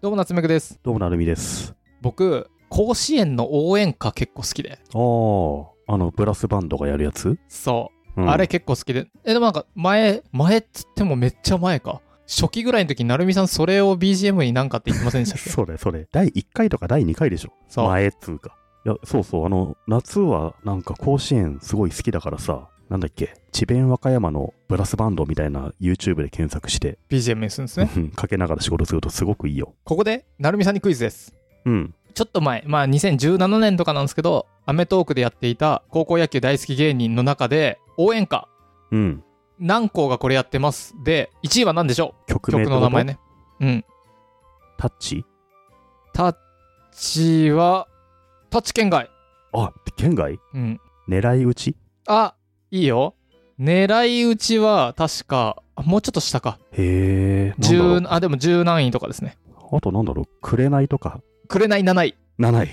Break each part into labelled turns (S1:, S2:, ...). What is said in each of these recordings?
S1: どうも夏目くです
S2: どうもなるみです。
S1: 僕甲子園の応援歌結構好きで
S2: ああ、あの、ブラスバンドがやるやつ、
S1: そう、
S2: うん
S1: あれ結構好きでえでもなんか前前っつってもめっちゃ前か初期ぐらいの時になるみさんそれを BGM になんかって言ってませんでしたっけ
S2: それそれ。第1回とか第2回でしょ。
S1: そう
S2: 前っつうか。いや、そうそう。あの、夏はなんか甲子園すごい好きだからさ、なんだっけ、智弁和歌山のブラスバンドみたいな YouTube で検索して、
S1: BGM にするんですね
S2: かけながら仕事するとすごくいいよ。
S1: ここでなるみさんにクイズです
S2: うん。
S1: ちょっと前まあ2017年とかなんですけど『アメトーーク』でやっていた高校野球大好き芸人の中で応援歌
S2: うん。
S1: 何校がこれやってますで1位は何でしょう
S2: 曲
S1: 曲
S2: 名ってこ
S1: の名
S2: と
S1: 前。ねうん
S2: タッチ
S1: タッチは、タッチ圏外。
S2: あ、県外
S1: うん。
S2: 狙い撃ち
S1: あ、いいよ。狙い撃ちは、確か、あもうちょっと下か。
S2: へえ。なんだろ
S1: 十
S2: う、
S1: あ、でも十何位とかですね。
S2: あとなんだろう、紅とか。
S1: 紅7位。
S2: 7位。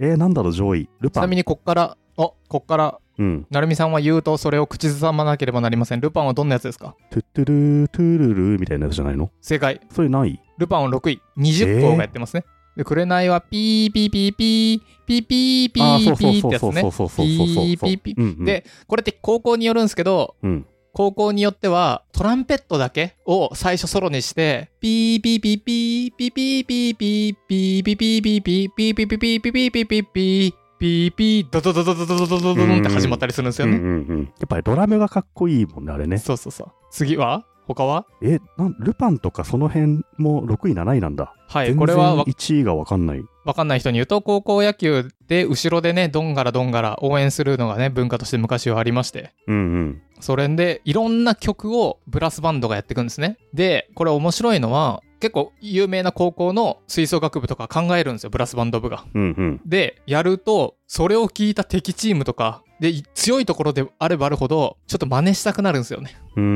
S2: えー、なんだろう、上位。ル
S1: ち
S2: パ
S1: なみ
S2: ン。
S1: に、こっから、あ、こっから、
S2: うん。
S1: なるみさんは言うと、それを口ずさまなければなりません。ルパンはどんなやつですか
S2: トゥットゥルー、トゥルルーみたいなやつじゃないの
S1: 正解。
S2: それない
S1: ルパンは6位。20校がやってますね。で、紅は、ピーピーピーピー、ピーピーピ
S2: あー
S1: ーピーってやつね
S2: そう。そうそうそうそうそうそう。
S1: ピーピーピー
S2: うんうん、
S1: で、これって高校によるんですけど、
S2: うん。
S1: 高校によってはトランペットだけを最初ソロにしてピーピーピーピーピーピーピーピーピーピーピーピーピーピーピーピーピーピーピーピーピーピーピーピードドドドドドドドドドンって始まったりするんです
S2: う
S1: よ
S2: んう
S1: ね。
S2: んうん。やっぱりドラムがかっこいいもんね、あれね。
S1: そうそうそう。次は他は
S2: え、なんルパンとかその辺も6位、7位なんだ。
S1: はい、
S2: 全
S1: これ
S2: 然
S1: はわ
S2: 1位がわかんない。
S1: わかんない人に言うと高校野球で後ろでねどんがらどんがら応援するのがね文化として昔はありまして
S2: うんうん。
S1: それでいろんな曲をブラスバンドがやっていくんですね。で、これ面白いのは結構有名な高校の吹奏楽部とか考えるんですよ、ブラスバンド部が。
S2: うんうん。
S1: で、やると、それを聞いた敵チームとか、で、い強いところであればあるほど、ちょっと真似したくなるんですよね。
S2: うんうんう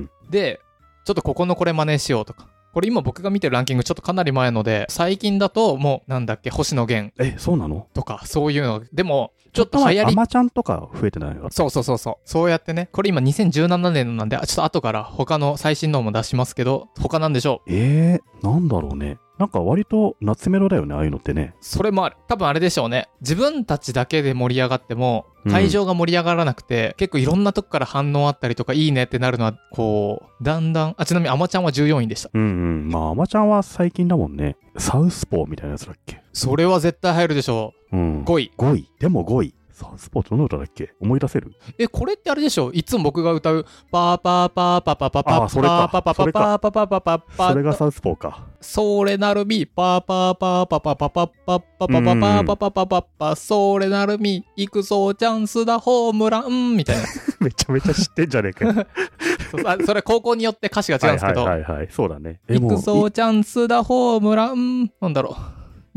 S2: ん
S1: で、ちょっとここのこれ真似しようとか。これ今僕が見てるランキングちょっとかなり前ので、最近だともうなんだっけ、星野源
S2: うん。え、そうなの
S1: とか、そういうの。でも、ちょっと流行り
S2: アマちゃんとか増えてないの
S1: そうそうそうそう。そうやってね、これ今2017年のなんで、あちょっと後から他の最新のも出しますけど、他なんでしょう。
S2: えー、なんだろうね。なんか割と夏メロだよね、ああいうのってね。
S1: それもある。多分あれでしょうね。自分たちだけで盛り上がっても、
S2: うん
S1: 会場が盛り上がらなくて、結構いろんなとこから反応あったりとか、いいねってなるのは、こう、だんだん、あ、ちなみにアマちゃんは14位でした。
S2: うんうん。まあ、アマちゃんは最近だもんね。サウスポーみたいなやつだっけ。
S1: それは絶対入るでしょ
S2: うん
S1: う。。5位。
S2: 5位でも5位サウスポーツどの歌だっけ思い出せる
S1: え、これってあれでしょういつも僕が歌う、パーパーパーパーパーパーパー
S2: あーそれか
S1: パーパーパーパーパーパーパーパーパー
S2: それがサウスポ ーか
S1: それなるみ、パーパーパーパーパーパーパーパーパーパーパーパーパーパーパーパーパーそれなるみ、行くぞ、チャンスだ、ホームラン、みたいな。
S2: めちゃめちゃ知ってんじゃねえ かよ
S1: そうあそれは高校によって歌詞が違うんですけど
S2: は、いはいはい、はい、そうだねえ
S1: 行く
S2: も
S1: ぞ、チャンスだ、ホームラン、なんだろう。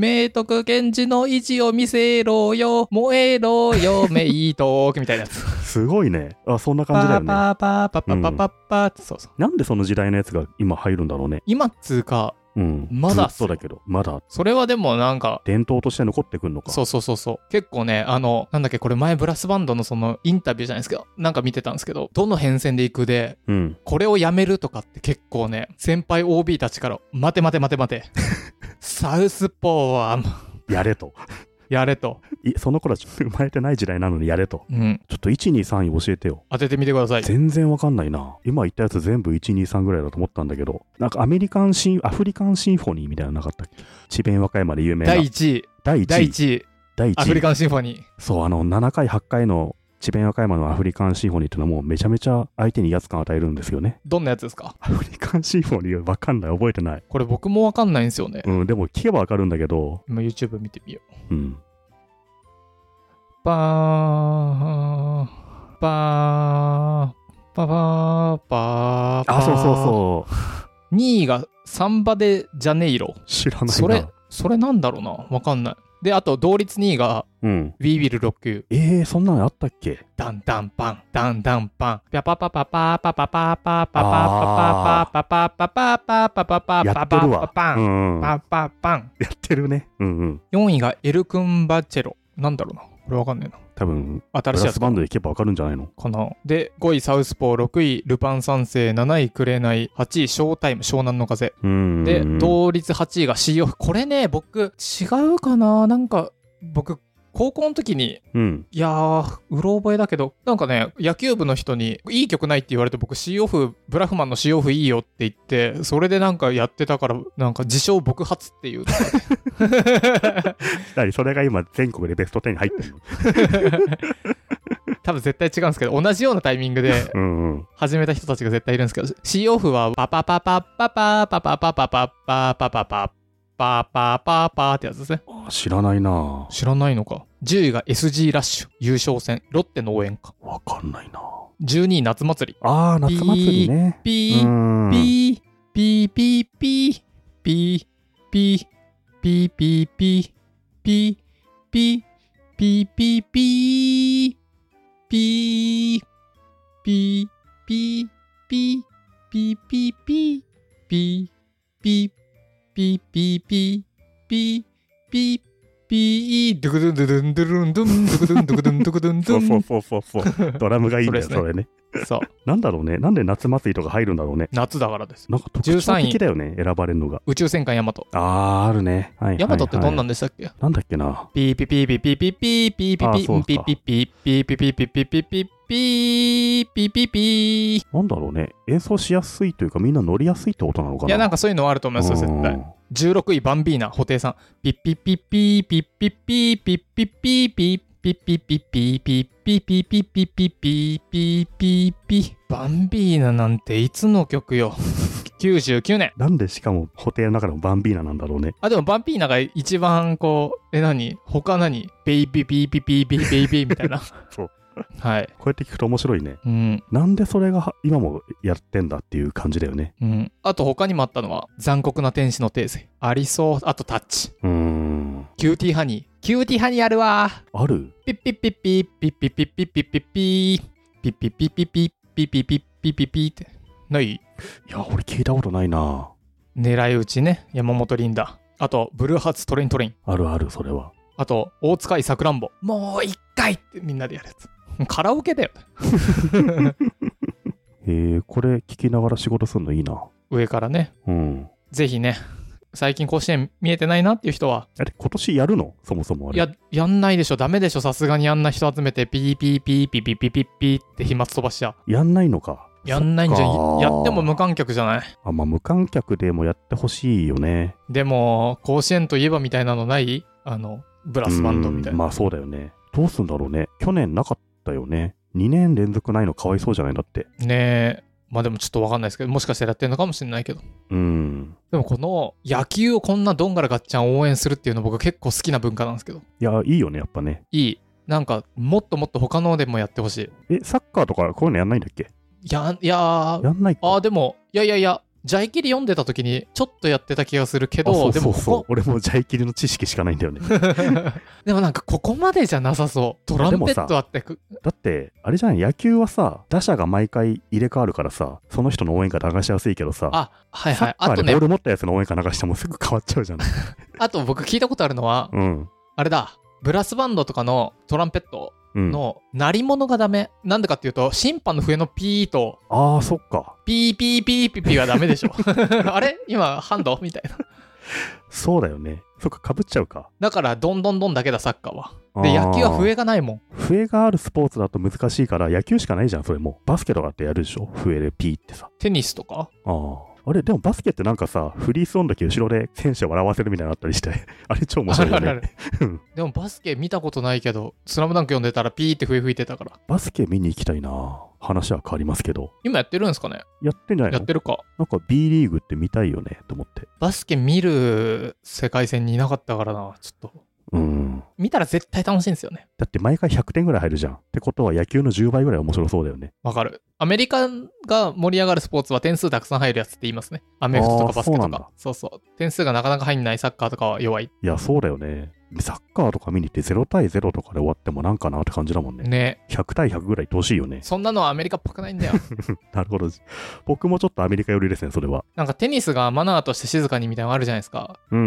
S1: 明徳源氏の意地を見せろよ、燃えろよ、メイトークみたいなやつ。
S2: うすごいねあそんな
S1: パ
S2: 感じだよ
S1: ー
S2: ね
S1: パーパーパーパーパーパーパーって、そうそう。
S2: なんでその時代のやつが今入るんだろうね
S1: 今っつうか、
S2: うん
S1: まだ
S2: ずっとだけどまだ
S1: それはでもなんか、
S2: 伝統として残ってくんのか
S1: そうそうそうそう結構ねあのなんだっけこれ前ブラスバンドのそのインタビューじゃないですけどなんか見てたんですけどどの変遷でいくで
S2: うん
S1: これをやめるとかって結構ね先輩 OB たちから「待て待て待て 待てサウスポーは
S2: やれと
S1: やれ」と、
S2: いその頃はちょっと生まれてない時代なのにやれと
S1: うん、
S2: ちょっと123位教えてよ
S1: 当ててみてください
S2: 全然わかんないな今言ったやつ全部123ぐらいだと思ったんだけどなんかアメリカンシンアフリカンシンフォニーみたいなのなかったっけ智弁和歌山で有名な
S1: 第1位
S2: 第1位
S1: 第1位
S2: 第
S1: アフ
S2: 1
S1: リ
S2: 位
S1: カンシンフォニー
S2: そうあの7回8回の智弁和歌山のアフリカンシンフォニーっていうのはもうめちゃめちゃ相手に威圧感与えるんですよね
S1: どんなやつですか
S2: アフリカンシンフォニーわかんない覚えてない
S1: これ僕もわかんないんですよね
S2: うんでも聞けばわかるんだけど
S1: 今 YouTube 見てみよう
S2: うん
S1: パーパーパーパーパーパー
S2: あそうそうそう
S1: 2位がサンバデ・ジャネイロ。
S2: 知らないな
S1: それ、それなんだろうなわかんない。で、あと同率2位が
S2: うん、
S1: We Will Rock You。
S2: えー、そんなのあったっけ
S1: ダンダンパン、ダンダンパン。パパパパパパパパパパパパパパパパパパパパパ
S2: や
S1: パパ
S2: ってる
S1: パ
S2: わ
S1: パ
S2: う
S1: ン。
S2: んうん、や
S1: パパパン。
S2: ってるねうんうん
S1: 4位がエル・クンバチェロ。なんだろうなこれわかんねえな。
S2: 多分、ブ
S1: 新
S2: ラ
S1: しいや
S2: ス
S1: つ
S2: バンドで行けばわかるんじゃないの
S1: かな。で、5位サウスポー、6位ルパン三世、7位紅、8位ショータイム、湘南の風。
S2: うーん。
S1: で、同率8位が C オフ。これね、僕、違うかななんか、僕、高校の時に、
S2: うん。
S1: いやー、うろ覚えだけど、なんかね、野球部の人に、いい曲ないって言われて、僕、C オフ、ブラフマンの C オフいいよって言って、それでなんかやってたから、なんか、自称僕発っていう。
S2: 何それが今、全国でベスト10に入ってるの。
S1: 多分絶対違うんですけど、同じようなタイミングで、
S2: うんうん。
S1: 始めた人たちが絶対いるんですけど、C オフはパパパパパパパパパパパパパパパパパパパってやつですね。
S2: あ知らないな
S1: 知らないのか。10位が SG ラッシュ優勝戦、ロッテの応援歌。
S2: わかんないな
S1: 12位夏祭り。
S2: あー、夏祭りね。う
S1: ピー
S2: ーん。
S1: ピーピーピーピーピーピーピーピーピーピーピーピーピーピーピーピーピーピーピーピーピーピーピーピーピーピーピーピーピードゥクドゥンドゥドゥンドゥルンドゥンドゥクドゥンドゥクドゥンドゥクドゥンド
S2: そ
S1: ゥ
S2: う
S1: ン
S2: そうそうそうそう。ドラムがいいんだよ、
S1: それです
S2: それね。
S1: そう
S2: なんだろうね。なんで夏祭りとか入るんだろうね。
S1: 夏だからです
S2: なんか特徴
S1: 13位
S2: 的だよね、選ばれるのが。
S1: 宇宙戦艦ヤマト
S2: あー、あるね。はいはいはい
S1: ヤマトってどんなんでしたっけ
S2: なんだっけな。
S1: ピーピーピーピーピーピーピーピーピーピーピーピーピーピーピーピーピーピーピーピーピーピ
S2: なんだろうね。演奏しやすいというか、みんな乗りやすいってことなのか
S1: ー
S2: な。
S1: いやなんかそういうのはあると思いますよ絶対16位バンビーナ布袋さんピッピッピッピーピッピッピーピッピッピーピッピッピッピッピーピッピッピーピッピッピーピーピーピーピーバンビーナなんていつの曲よ99年
S2: なんでしかも、布袋の中のバンビーナなんだろうね。
S1: あでもバンビーナが一番こうえ何他何ベイビービービービービービービーみたいな
S2: そう
S1: はい
S2: こうやって聞くと面白いね。
S1: うん
S2: なんでそれが今もやってんだっていう感じだよね。
S1: うん、あと他にもあったのは「残酷な天使のテーゼ」ありそうあと「タッチ
S2: うーん。」
S1: 「キューティーハニー」「キューティーハニーあるわ
S2: ある
S1: ピッピッピッピッピッピッピッピッピッピッピッピッピッピッピッピッピッピッピッピッピッピッってない
S2: いや、俺聞いたことないな。
S1: 狙い撃ちね山本リンダあと「ブルーハーツトレイントレイン
S2: あるある、それは。」
S1: あと「大塚いさくらんぼ」もう一回ってみんなでやるやつカラオケだよね
S2: へえ、これ聞きながら仕事するのいいな。
S1: 上からね
S2: うん。
S1: ぜひね最近甲子園見えてないなっていう人は
S2: あれ、今年やるのそもそもあれ。
S1: や、やんないでしょ、ダメでしょ、さすがにあんな人集めて、ピーピーピーピーピーピーピーピーって飛沫飛ばしちゃ。
S2: やんないのか。
S1: やんないんじゃ
S2: そっ
S1: ん、
S2: か
S1: やっても無観客じゃない。
S2: あ、まあ、無観客でもやってほしいよね。
S1: でも、甲子園といえばみたいなのないあの、ブラスバンドみたい
S2: うん
S1: な。
S2: まあ、そうだよね。どうすんだろうね。去年なかったよね。2年連続ないのかわいそうじゃないだって。
S1: ねえ、まあでもちょっとわかんないですけど、もしかしたらやってるのかもしれないけど。
S2: うん。
S1: でもこの野球をこんなどんがらがっちゃん応援するっていうの僕結構好きな文化なんですけど、
S2: いや、いいよね、やっぱね。
S1: いい。なんか、もっともっと他のでもやってほしい。
S2: え、サッカーとかこういうのやんないんだっけ
S1: や、いやー、
S2: やんない
S1: あー
S2: か。
S1: でも、いやいやいや、ジャイキリ読んでた時にちょっとやってた気がするけ
S2: あそ
S1: ど、
S2: う
S1: で
S2: そ
S1: も
S2: う
S1: こ
S2: そ
S1: こ
S2: う。、俺もジャイキリの知識しかないんだよね。
S1: でもなんかここまでじゃなさそう。トランペットあってく。
S2: だって、あれじゃない、野球はさ、打者が毎回入れ替わるからさ、その人の応援歌流しやすいけどさ、
S1: あ、はい
S2: サ
S1: は
S2: ッ
S1: い。
S2: カ
S1: あ
S2: ー
S1: と
S2: でボー
S1: ね、
S2: ル持ったやつの応援歌流してもすぐ変わっちゃうじゃない。
S1: あと僕聞いたことあるのは、
S2: うん。
S1: あれだ、ブラスバンドとかのトランペット
S2: うん、
S1: の鳴り物がダメ。なんでかっていうと、審判の笛のピーと、
S2: ああ、そっか。
S1: ピーピーピーピーピーはダメでしょ。あれ今ハンドみたいな。
S2: そうだよね。そっか、かぶっちゃうか。
S1: だから、どんどんどんだけだ、サッカーは。で、
S2: あー
S1: 野球は笛がないもん。
S2: 笛があるスポーツだと難しいから、野球しかないじゃん、それも。バスケとかってやるでしょ笛でピーってさ。
S1: テニスとか
S2: ああ。あれ、でもバスケってなんかさ、フリースローの時後ろで選手を笑わせるみたいなのあったりして、 あれ超面白いよ
S1: あるあ
S2: ね
S1: る。あ
S2: うん
S1: る。でもバスケ見たことないけど、スラムダンク読んでたらピーって笛吹いてたから。
S2: バスケ見に行きたいな。話は変わりますけど。
S1: 今やってるんですかね
S2: やってんじゃないの
S1: やってるか。
S2: なんか B リーグって見たいよねと思って。
S1: バスケ見る世界戦にいなかったからな、ちょっと。
S2: うん。
S1: 見たら絶対楽しいんですよね。
S2: だって毎回100点ぐらい入るじゃん。ってことは野球の10倍ぐらい面白そうだよね。
S1: わかる。アメリカが盛り上がるスポーツは点数たくさん入るやつって言いますね。アメフトとか
S2: あー
S1: バスケ
S2: そ
S1: と
S2: うなんだ
S1: か。そうそう点数がなかなか入んないサッカーとかは弱い。
S2: いや、そうだよね。サッカーとか見に行って0対0とかで終わってもなんかなって感じだもんね。
S1: ね。
S2: 100対100ぐらいいってほしいよね。
S1: そんなのはアメリカっぽくないん だよ。
S2: なるほど。僕もちょっとアメリカ寄りですね、それは。
S1: なんかテニスがマナーとして静かにみたいなのあるじゃないですか。
S2: うんう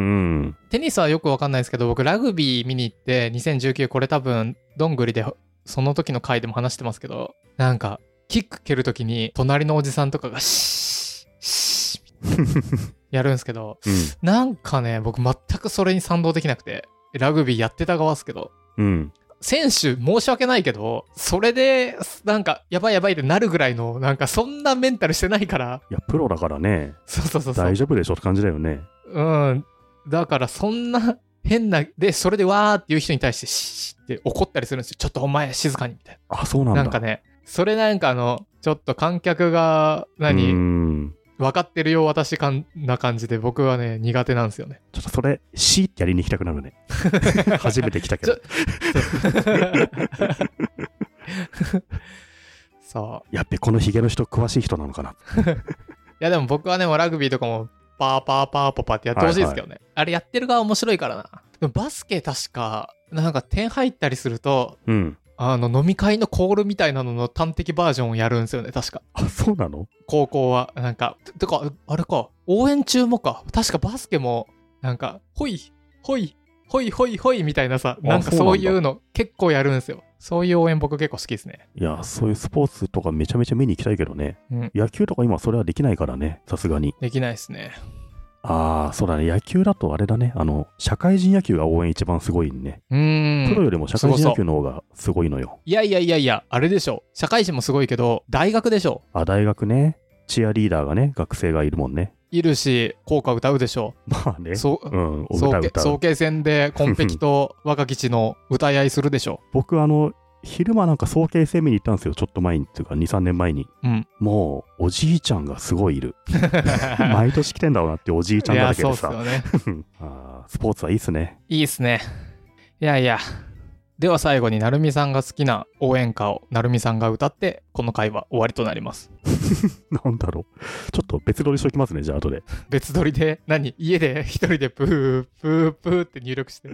S2: ん。
S1: テニスはよくわかんないですけど、僕ラグビー見に行って、2019これ多分、どんぐりで、その時の回でも話してますけど、なんか、キック蹴る時に、隣のおじさんとかが、シーシーやるんですけど、なんかね、僕全くそれに賛同できなくて、ラグビーやってた側ですけど、
S2: うん。うん。
S1: 選手申し訳ないけど、それで、なんか、やばいやばいってなるぐらいの、なんかそんなメンタルしてないから、
S2: いや、プロだからね、
S1: そうそうそうそう。
S2: 大丈夫でしょって感じだよね。
S1: うん。だから、そんな変な、で、それでわーっていう人に対して、シーって怒ったりするんですよ。ちょっとお前、静かに、みたい
S2: あ、そうなん
S1: な。
S2: だ。
S1: なんかね、それなんかあの、ちょっと観客が、
S2: う
S1: 何、
S2: ん。
S1: 分かってるよ、私かんな感じで、僕はね、苦手なんですよ ね。
S2: ちょっとそれ、シーってやりに行きたくなる ね。初めて来たけど。
S1: ちょ
S2: い
S1: そう。
S2: やっべ、このヒゲの人、詳しい人なのかな。
S1: いや、でも僕はね、もうラグビーとかも、パーパーパーパーパーってやってほしいですけどね。あれやってる側面白いからな。でもバスケ確か、なんか点入ったりすると、
S2: うん。
S1: あの飲み会のコールみたいなのの端的バージョンをやるんですよね確か
S2: あ、そうなの
S1: 高校はなんかててかあれか応援中もか確かバスケもなんかほいほいほいほいほいみたいなさ
S2: あ
S1: なんか
S2: そうな
S1: そ
S2: ん
S1: う
S2: だ
S1: いうの結構やるんですよそういう応援僕結構好きですね
S2: いや、そういうスポーツとかめちゃめちゃ見に行きたいけどね。
S1: うん
S2: 野球とか今それはできないからね、さすがに。
S1: できないですね
S2: ああ、そうだね。野球だとあれだね。あの、社会人野球が応援一番すごいね。
S1: う
S2: プロ
S1: ーん
S2: よりも社会人野球の方がすごいのよ。
S1: いやいやいやいやあれでしょ社会人もすごいけど大学でしょ
S2: あ、大学ね。チアリーダーがね、学生がいるもんね。
S1: いるし効果歌うでしょ
S2: まあね。
S1: そう
S2: うん、歌
S1: 総
S2: う
S1: 計
S2: 歌う
S1: 総計戦でコンペキと若吉の歌い合いするでし ょ
S2: 僕、あの、昼間なんか早慶戦見に行ったんですよ。ちょっと前に、っていうか2、3年前に。
S1: うん
S2: もう、おじいちゃんがすごいい る。毎年来てんだろうなっておじいちゃん
S1: い
S2: だら
S1: や
S2: け
S1: そう
S2: で
S1: っす
S2: さ。
S1: よね
S2: あースポーツはいいっすね。
S1: いいっすね。いやいや。では最後に、なるみさんが好きな応援歌をなるみさんが歌って、この回は終わりとなります。
S2: なんだろう。ちょっと別撮りしときますね、じゃあ後で。
S1: 別撮りで、何家で一人でプープープーって入力して。